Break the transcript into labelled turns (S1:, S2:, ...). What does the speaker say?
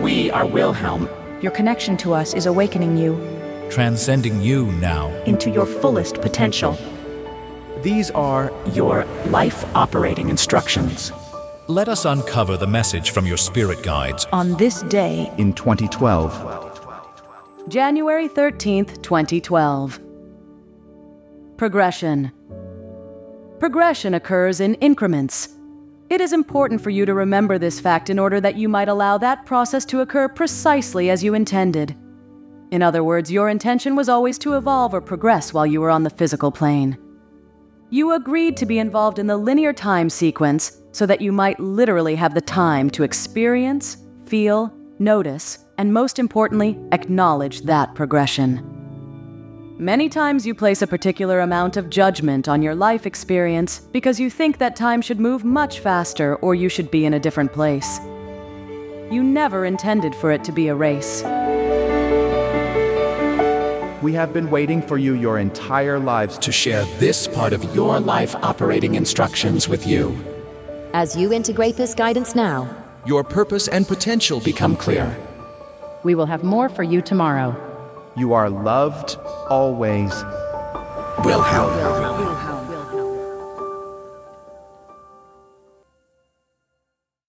S1: We are Wilhelm.
S2: Your connection to us is awakening you
S3: transcending you now.
S2: into your fullest potential.
S4: These are
S1: Your life operating instructions.
S3: Let us uncover the message from your spirit guides.
S2: On this day,
S4: in 2012.
S5: January 13th, 2012. Progression. Progression occurs in increments. It is important for you to remember this fact in order that you might allow that process to occur precisely as you intended. In other words, your intention was always to evolve or progress while you were on the physical plane. You agreed to be involved in the linear time sequence so that you might literally have the time to experience, feel, notice, and most importantly, acknowledge that progression. Many times you place a particular amount of judgment on your life experience because you think that time should move much faster or you should be in a different place. You never intended for it to be a race.
S4: We have been waiting for you your entire lives to.
S1: To share this part of your life operating instructions with you,
S6: As you integrate this guidance now,
S7: Your purpose and potential
S1: become clear.
S5: We will have more for you tomorrow.
S4: You are loved always.
S1: Wilhelm.